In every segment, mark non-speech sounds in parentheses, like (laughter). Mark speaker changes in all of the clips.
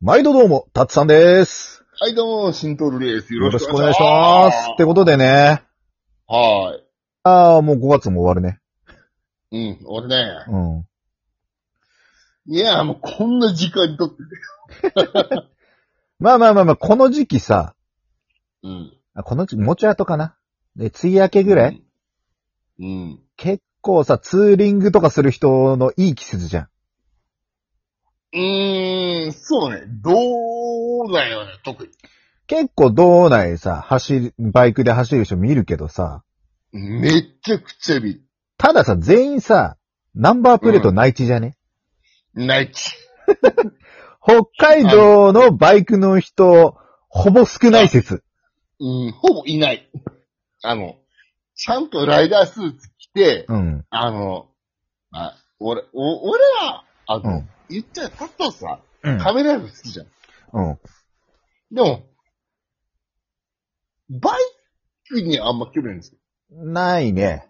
Speaker 1: 毎度どうも、たつさんです。
Speaker 2: はい、どうも、シントールです。
Speaker 1: よろしくお願いします。ってことでね。
Speaker 2: は
Speaker 1: ああ、もう5月も終わるね。
Speaker 2: ーい。うん、俺ね。
Speaker 1: うん。
Speaker 2: いや、もうこんな時間にとって。
Speaker 1: まあまあまあまあ、この時期さ、
Speaker 2: うん。
Speaker 1: あこの時期、もちあとかな。で、梅雨明けぐらい、
Speaker 2: うん。
Speaker 1: 結構さ、ツーリングとかする人のいい季節じゃん。
Speaker 2: うーん、そうね。どうだよね、特に。
Speaker 1: 結構道内さ、走り、バイクで走る人見るけどさ、
Speaker 2: めちゃくちゃび、
Speaker 1: たださ、全員さ、ナンバープレート内地じゃね、
Speaker 2: ナイチ。
Speaker 1: 北海道のバイクの人、ほぼ少ない説。
Speaker 2: うん、ほぼいない。あの、ちゃんとライダースーツ着て、
Speaker 1: うん。
Speaker 2: あの、あ、俺、お、俺は、あの、
Speaker 1: うん
Speaker 2: 言っちゃう、たったさ、
Speaker 1: うん。
Speaker 2: カメライフ好きじゃん。
Speaker 1: うん。
Speaker 2: でも、バイクにあんま興味ないんですよ。
Speaker 1: ないね。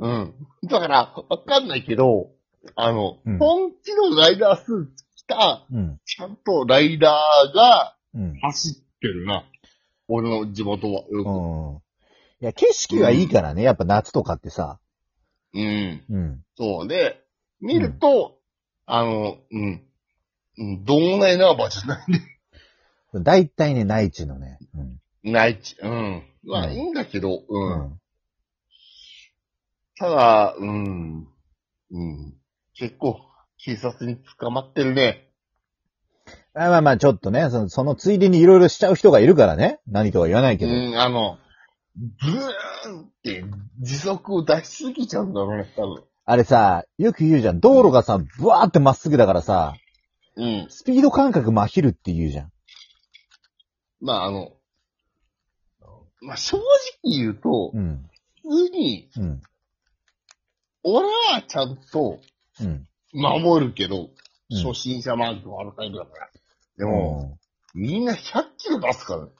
Speaker 2: うん。だから、わかんないけど、あの、
Speaker 1: うん
Speaker 2: 本気のライダースーツ着た、
Speaker 1: うん。
Speaker 2: ちゃんとライダーが
Speaker 1: うん。
Speaker 2: 走ってるな。俺の地元は。よ
Speaker 1: うん。いや、景色はいいからね、やっぱ夏とかってさ。
Speaker 2: くうん。
Speaker 1: うん。
Speaker 2: そうで、見ると、あの、うん。うん、どんなナーバーじゃない。
Speaker 1: 大体ね、内地のね。うん。
Speaker 2: ないち、うん。ま
Speaker 1: う
Speaker 2: あ、
Speaker 1: ん
Speaker 2: いいんだけど、
Speaker 1: う
Speaker 2: うん。
Speaker 1: ん。
Speaker 2: ただ、うん。うん。結構、警察に捕まってるね。
Speaker 1: あまあまあ、ちょっとね、その、そのついでにいろいろしちゃう人がいるからね。何とは言わないけど。
Speaker 2: うん、あの、ブーンって時速を出しすぎちゃうんだろうね、多分。
Speaker 1: あれさ、よく言うじゃん。道路がさ、ブワーってまっすぐだからさ、
Speaker 2: うん。
Speaker 1: スピード感覚まひるって言うじゃん。
Speaker 2: まあ、あの、まあ、正直言うと
Speaker 1: う、ん。
Speaker 2: 普通に、
Speaker 1: うん。
Speaker 2: 俺はちゃんと
Speaker 1: うん。
Speaker 2: 守るけど、
Speaker 1: うん
Speaker 2: 初心者マークはあるタイプだから。でも、
Speaker 1: うん
Speaker 2: みんな100キロ出すからね。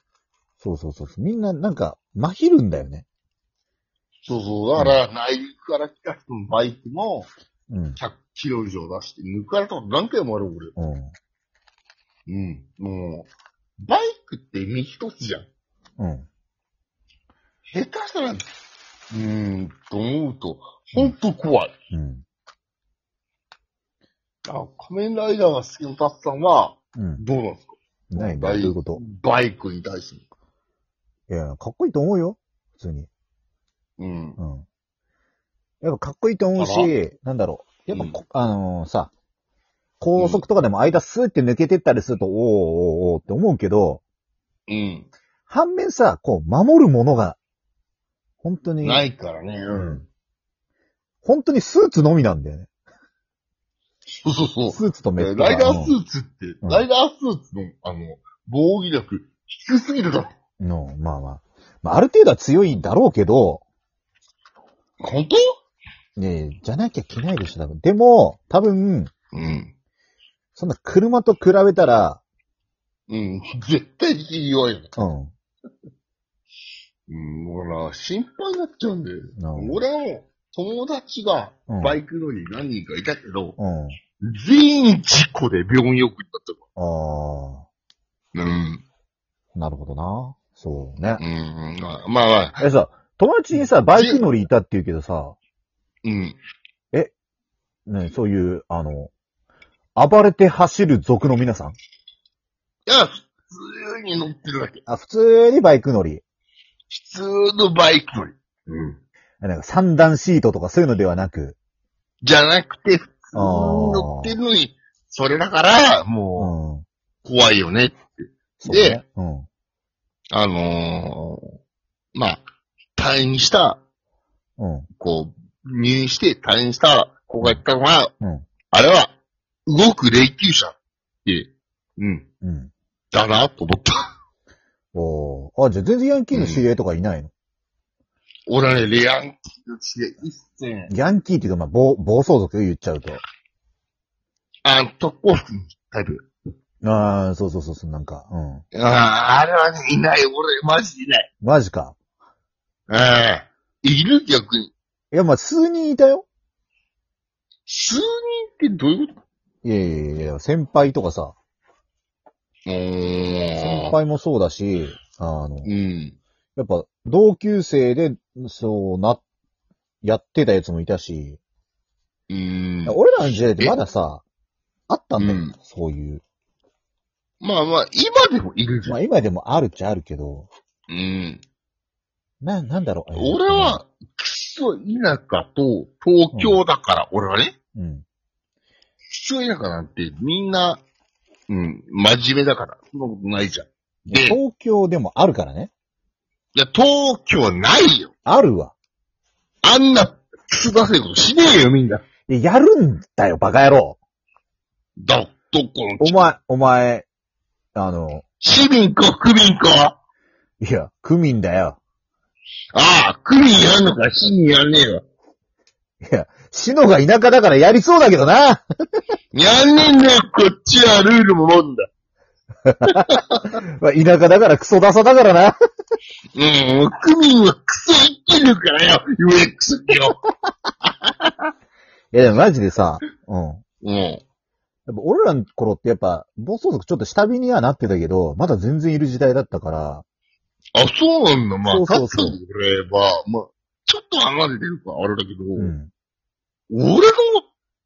Speaker 1: そうそうそうそう。みんな、なんか、まひるんだよね。
Speaker 2: そうそう。だから、内陸から来た人のバイクも
Speaker 1: うん。
Speaker 2: 100キロ以上出して、抜かれたこと何回もある、俺。
Speaker 1: うん。
Speaker 2: うん。もう、バイクって身一つじゃん。
Speaker 1: うん。
Speaker 2: 下手したら、うーん、と思うと、ほんと怖い。
Speaker 1: うん。
Speaker 2: あ仮面ライダーが好きなタツさんは、
Speaker 1: うん。
Speaker 2: どうなんですか
Speaker 1: 何どういうこと
Speaker 2: バイクに対して。
Speaker 1: いや、かっこいいと思うよ。普通に。
Speaker 2: うん。
Speaker 1: うん。やっぱかっこいいと思う
Speaker 2: あ
Speaker 1: し、なんだろう。やっぱこ、あのーさ、高速とかでも間スーって抜けてったりすると、おーおーおーって思うけど、
Speaker 2: うん。
Speaker 1: 反面さ、こう、守るものが、本当に、
Speaker 2: ないからね。
Speaker 1: う
Speaker 2: うん。
Speaker 1: ん。本当にスーツのみなんだよね。
Speaker 2: そうそうそう。
Speaker 1: スーツとメ
Speaker 2: え
Speaker 1: ッ
Speaker 2: ー
Speaker 1: トが
Speaker 2: ライダースーツって、
Speaker 1: うん
Speaker 2: ライダースーツの、あの、防御力、低すぎるだろ。
Speaker 1: うんうんまあまあ。まあ、ある程度は強いんだろうけど、
Speaker 2: 本当
Speaker 1: ねえじゃなきゃ着ないでしょ、多分。でも、多分、
Speaker 2: うん。
Speaker 1: そんな車と比べたら、
Speaker 2: うん。絶対的に弱いよね。
Speaker 1: うん。
Speaker 2: うん。ほら、心配になっちゃうんだよ。
Speaker 1: なるほど
Speaker 2: 俺も、友達が
Speaker 1: うん、
Speaker 2: バイク乗り何人かいたけど、
Speaker 1: うん。あ
Speaker 2: 全員事故で病院よく行ったとか。
Speaker 1: あ
Speaker 2: うん。
Speaker 1: ー、なるほどな。そうね。
Speaker 2: うん。まあまあ、
Speaker 1: え、さ、友達にさ、バイク乗りいたって言うけどさ、
Speaker 2: うん。
Speaker 1: ね、そういう、あの、暴れて走る族の皆さん
Speaker 2: いや、普通に乗ってるだけ。
Speaker 1: あ、普通にバイク乗り。
Speaker 2: 普通のバイク乗り。うん。
Speaker 1: なんか三段シートとかそういうのではなく、
Speaker 2: じゃなくて、普通
Speaker 1: あー
Speaker 2: に乗ってるのに、それだから、
Speaker 1: う
Speaker 2: も
Speaker 1: ん。
Speaker 2: う、怖いよね。
Speaker 1: そうね。うん。
Speaker 2: あのー、まあ、退院した、
Speaker 1: うん。
Speaker 2: こう、入院して退院した子が言ったのは、
Speaker 1: うん
Speaker 2: あれは、動く霊柩車って、うん、
Speaker 1: うん。
Speaker 2: だなと思った。
Speaker 1: おーあ、じゃあ全然ヤンキーの知り合いとかいないの、
Speaker 2: 俺はね、レアンキーの血で一戦、
Speaker 1: ヤンキーっていうか、まあ、暴、暴走族言っちゃうと。
Speaker 2: あの、特攻服にタイプ。
Speaker 1: ああ、そうそうそう、そうなんか、うん。
Speaker 2: ああ、あれはね、いない。俺、マジでいない。
Speaker 1: マジか。
Speaker 2: ええいる逆に。
Speaker 1: いや、まあ、数人いたよ。
Speaker 2: 数人ってどういうこ
Speaker 1: いやいやいや、先輩とかさ、
Speaker 2: おー。
Speaker 1: 先輩もそうだし、あの、
Speaker 2: うん。
Speaker 1: やっぱ同級生で、そうな、やってたやつもいたし、
Speaker 2: うん。
Speaker 1: 俺らの時代ってまださ、あったんだよ、
Speaker 2: うん
Speaker 1: そういう。
Speaker 2: まあまあ、今でもいるじゃん。
Speaker 1: まあ今でもあるっちゃあるけど、
Speaker 2: うん。
Speaker 1: な、なんだろう。
Speaker 2: 俺、は、くそ田舎と東京だから、俺はね、
Speaker 1: うん。
Speaker 2: くそ田舎なんてみんな、うん、真面目だから、そんなことないじゃん。で、い
Speaker 1: 東京でもあるからね。
Speaker 2: や、東京ないよ。
Speaker 1: あるわ。
Speaker 2: あんな、くす出せることしねえよ、みんな。
Speaker 1: でやるんだよ、バカ野郎。
Speaker 2: だ、どこの、
Speaker 1: お前、お前、あの、
Speaker 2: 市民か、区民か。
Speaker 1: いや、区民だよ。
Speaker 2: ああ、区民やんのか、市民やんねえわ。
Speaker 1: いや、シノが田舎だからやりそうだけどな。
Speaker 2: やんねえんだよ、こっちはルールももんだ。
Speaker 1: まあ田舎だからクソダサだからな。
Speaker 2: うん、区民はクソ生きるからよ、UX ってよ。 (laughs)
Speaker 1: いや、でもマジでさ、うん。
Speaker 2: うん。
Speaker 1: やっぱ俺らの頃ってやっぱ、暴走族ちょっと下火にはなってたけど、まだ全然いる時代だったから、
Speaker 2: あ、そうなんだ。まあ、
Speaker 1: そうそう
Speaker 2: カ
Speaker 1: そう
Speaker 2: ットでくれば、まあ、ちょっと離れてるから、あれだけど、
Speaker 1: うん。
Speaker 2: 俺の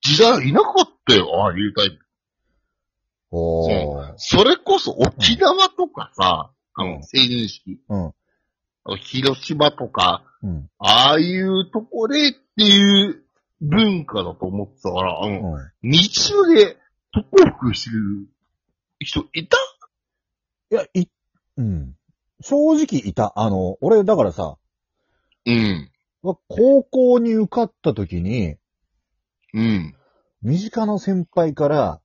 Speaker 2: 時代いなかったよ、ああいうタイプ。
Speaker 1: おー。
Speaker 2: それこそ沖縄とかさ、
Speaker 1: うん
Speaker 2: あの、成人式、
Speaker 1: うん。
Speaker 2: あの広島とか、
Speaker 1: うん。
Speaker 2: ああいうとこでっていう文化だと思ってたから、あの、
Speaker 1: うん。
Speaker 2: 日常で特服してる人いた
Speaker 1: いや、い、うん。正直いた。あの、俺、だからさ、
Speaker 2: うん。
Speaker 1: 高校に受かった時に、
Speaker 2: うん。
Speaker 1: 身近の先輩から、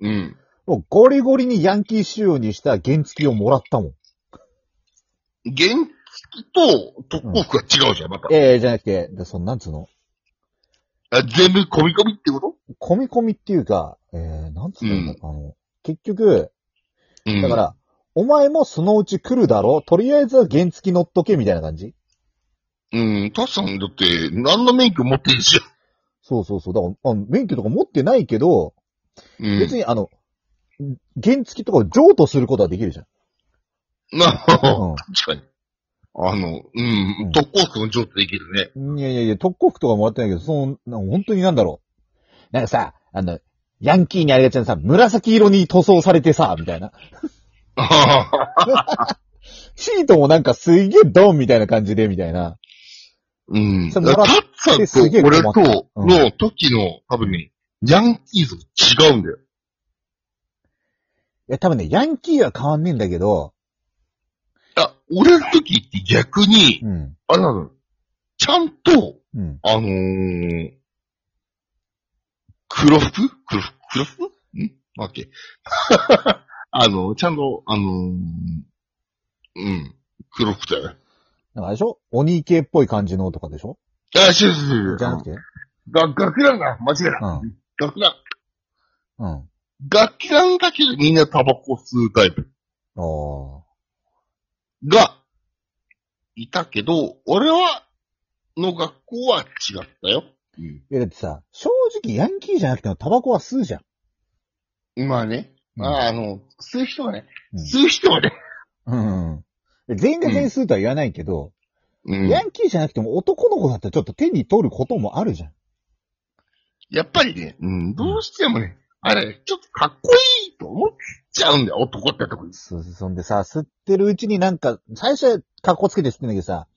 Speaker 2: うん。
Speaker 1: もうゴリゴリにヤンキー仕様にした原付きをもらったもん。
Speaker 2: 原付と特服が違うじゃん、また。
Speaker 1: ええじゃなくて、でその、なんつうの
Speaker 2: あ全部込み込みってこと
Speaker 1: 込み込みっていうか、ええなんつうんだろう、あの、結局、
Speaker 2: うん
Speaker 1: だから、お前もそのうち来るだろとりあえずは原付き乗っとけみたいな感じ
Speaker 2: うん、確かに、だって、何の免許持ってんじ
Speaker 1: そうそうそう。だから、あの免許とか持ってないけど、
Speaker 2: ゃん。うん。
Speaker 1: 別にあの、原付きとかを譲渡することはできるじゃん。
Speaker 2: なあ、
Speaker 1: う
Speaker 2: 確かに。あの、う
Speaker 1: うん
Speaker 2: ん、特攻服の状態できる
Speaker 1: (laughs)
Speaker 2: ね。
Speaker 1: ん。いやいやいや、特攻服とかもらってないけど、その、な本当になんだろう。なんかさ、あの、ヤンキーにありがちなさ、紫色に塗装されてさ、みたいな。シートもなんかすげえドンみたいな感じで、みたいな。
Speaker 2: うん。
Speaker 1: そ
Speaker 2: タ
Speaker 1: れ
Speaker 2: ッ
Speaker 1: もらっ
Speaker 2: さ
Speaker 1: て
Speaker 2: ん
Speaker 1: すげえ
Speaker 2: と
Speaker 1: 困った
Speaker 2: 俺と
Speaker 1: うん
Speaker 2: の時の、多分ね、ヤンキーズ違うんだよ。
Speaker 1: いや、多分ね、ヤンキーは変わんねえんだけど、
Speaker 2: あ、俺の時って逆に、
Speaker 1: うん。
Speaker 2: あれなのよちゃんと、
Speaker 1: うん。
Speaker 2: あのー、黒服黒服黒服んなんだっけ (laughs) あの、ちゃんと、あのー、うん、黒服だよ。
Speaker 1: なんかあれでしょ鬼系っぽい感じのとかでしょ
Speaker 2: あ、違う違う違う。
Speaker 1: じゃなくて
Speaker 2: が、学ランだ。間違えた。
Speaker 1: う
Speaker 2: 学ラン。
Speaker 1: ん。うん。
Speaker 2: 学ランだけどみんなタバコ吸うタイプ
Speaker 1: ああ。
Speaker 2: が、いたけど、俺は、の学校は違ったよ。
Speaker 1: いや、だってさ、正直ヤンキーじゃなくてもタバコは吸うじゃん。
Speaker 2: まあね。
Speaker 1: うん
Speaker 2: まあ、あの、吸う人はね、
Speaker 1: うん
Speaker 2: 吸う人はね、
Speaker 1: うんうん。全員が全員吸うとは言わないけど、
Speaker 2: うん
Speaker 1: ヤンキーじゃなくても男の子だったらちょっと手に取ることもあるじゃん。
Speaker 2: やっぱりね、うん、どうしてもね、あれ、ちょっとかっこいいと思っちゃうんだよ、男ってとこに。
Speaker 1: そ、そんでさ、吸ってるうちになんか、最初は格好つけて吸ってんだけどさ、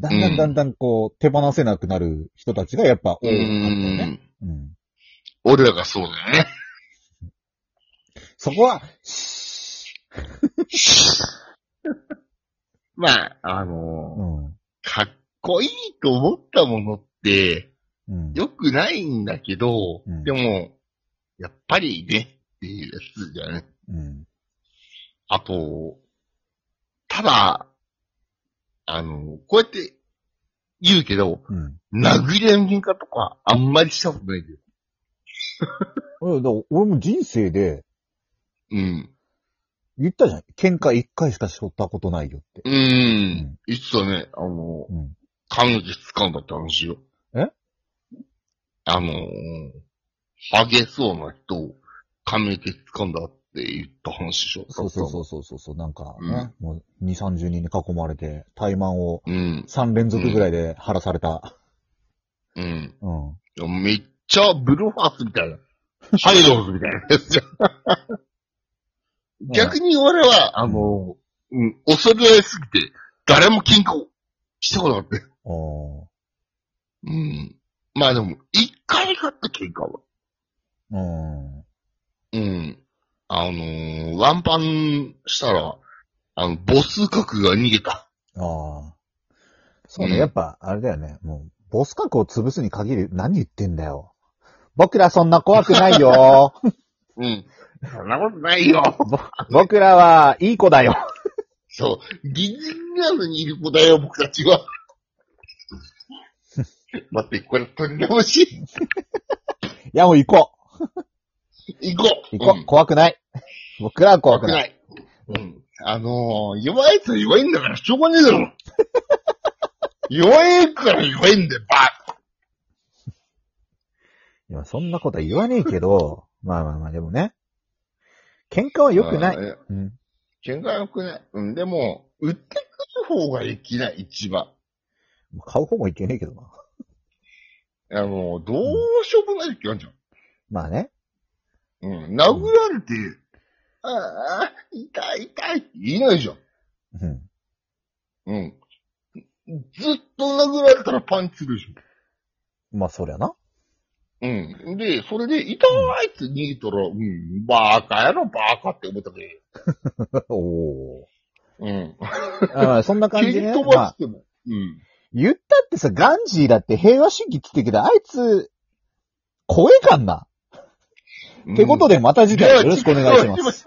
Speaker 1: だんだ
Speaker 2: うんん
Speaker 1: だんだんこう、手放せなくなる人たちがやっぱ多
Speaker 2: う
Speaker 1: かったよね。
Speaker 2: ん。
Speaker 1: うん。
Speaker 2: 俺らがそうだよね。
Speaker 1: そこは、シ
Speaker 2: まあ、あ
Speaker 1: ー
Speaker 2: の
Speaker 1: うん。
Speaker 2: かっこいいと思ったものって、
Speaker 1: うん。
Speaker 2: 良くないんだけど、
Speaker 1: うん
Speaker 2: でも、やっぱりね、っていうやつだよね。
Speaker 1: うん。
Speaker 2: あと、ただ、あの、こうやって言うけど、
Speaker 1: うん。
Speaker 2: 殴り合いの喧嘩とかあんまりしたことないんだよ。
Speaker 1: 俺だから俺も人生で、
Speaker 2: うん。
Speaker 1: 言ったじゃん。喧嘩一回しかしとったことないよって。
Speaker 2: うーん。いつだね、あの、
Speaker 1: うん。
Speaker 2: 感激掴んだって話よ。
Speaker 1: え
Speaker 2: あのー、激そうな人を感激掴んだっって言った話でしょ。
Speaker 1: そうそうそうそうそうそう、なんかね、もう2、30人に囲まれて、怠慢を
Speaker 2: う。うん。
Speaker 1: 3連続ぐらいで晴らされた。
Speaker 2: うん。
Speaker 1: うん。
Speaker 2: いやめっちゃブルーファースみたいな。ハイローズみたいなやつじゃん。 (laughs) 逆に俺は、あの、うん、恐れられすぎて、誰も均衡したことなかった。
Speaker 1: うん。
Speaker 2: うん。まあでも、一回買った喧嘩は。
Speaker 1: うん。
Speaker 2: うん。あのー、ワンパンしたら、あの、ボス角が逃げた。
Speaker 1: ああ。そうね、
Speaker 2: うん
Speaker 1: やっぱ、あれだよね。もう、ボス格を潰すに限り、何言ってんだよ。僕らそんな怖くないよ。 (laughs)
Speaker 2: うん。そんなことないよ。
Speaker 1: ぼ僕らはいい子だよ。
Speaker 2: そう。ギリギリなのにいる子だよ、僕た
Speaker 1: (laughs)
Speaker 2: ちは。待って、これ取り直し。
Speaker 1: いや、もう行こ
Speaker 2: 行こ
Speaker 1: う。
Speaker 2: う。
Speaker 1: 行こう。
Speaker 2: うん
Speaker 1: 怖くない。僕らは怖
Speaker 2: 怖
Speaker 1: く
Speaker 2: く
Speaker 1: ない。
Speaker 2: ない。うん。あのー、弱い奴は弱いんだからしょうがねえ
Speaker 1: (laughs)
Speaker 2: だろ。弱いから弱いんだよ、ば
Speaker 1: いや、そんなことは言わねえけど、まあまあまあ、でもね。喧嘩は良くない。
Speaker 2: い。
Speaker 1: うん。
Speaker 2: 喧嘩は良くない。うん、でも、売ってくる方がいきない、一番。
Speaker 1: 買う方もいけねえけどな。
Speaker 2: あの、どうしようもない時あるじゃん。
Speaker 1: まあね。
Speaker 2: うん。殴られて、ああ、痛い痛いって言えないじゃん。
Speaker 1: うん。
Speaker 2: うん。ずっと殴られたらパンチするでし
Speaker 1: まあ、そりゃな。 (laughs)
Speaker 2: ょ。うん。で、それで、痛いって逃げたら、うん、バカやろ、バカって思ったけ
Speaker 1: おお
Speaker 2: うん。
Speaker 1: ー。あまあ、そんな感
Speaker 2: 蹴
Speaker 1: じ
Speaker 2: (laughs) り
Speaker 1: でね。
Speaker 2: 飛
Speaker 1: ま
Speaker 2: ば
Speaker 1: あ
Speaker 2: しても。うん。
Speaker 1: 言ったってさ、ガンジーだって平和主義って言ってるけど、あいつ、怖えかんな。ってことでまた次回よろしくお願いします。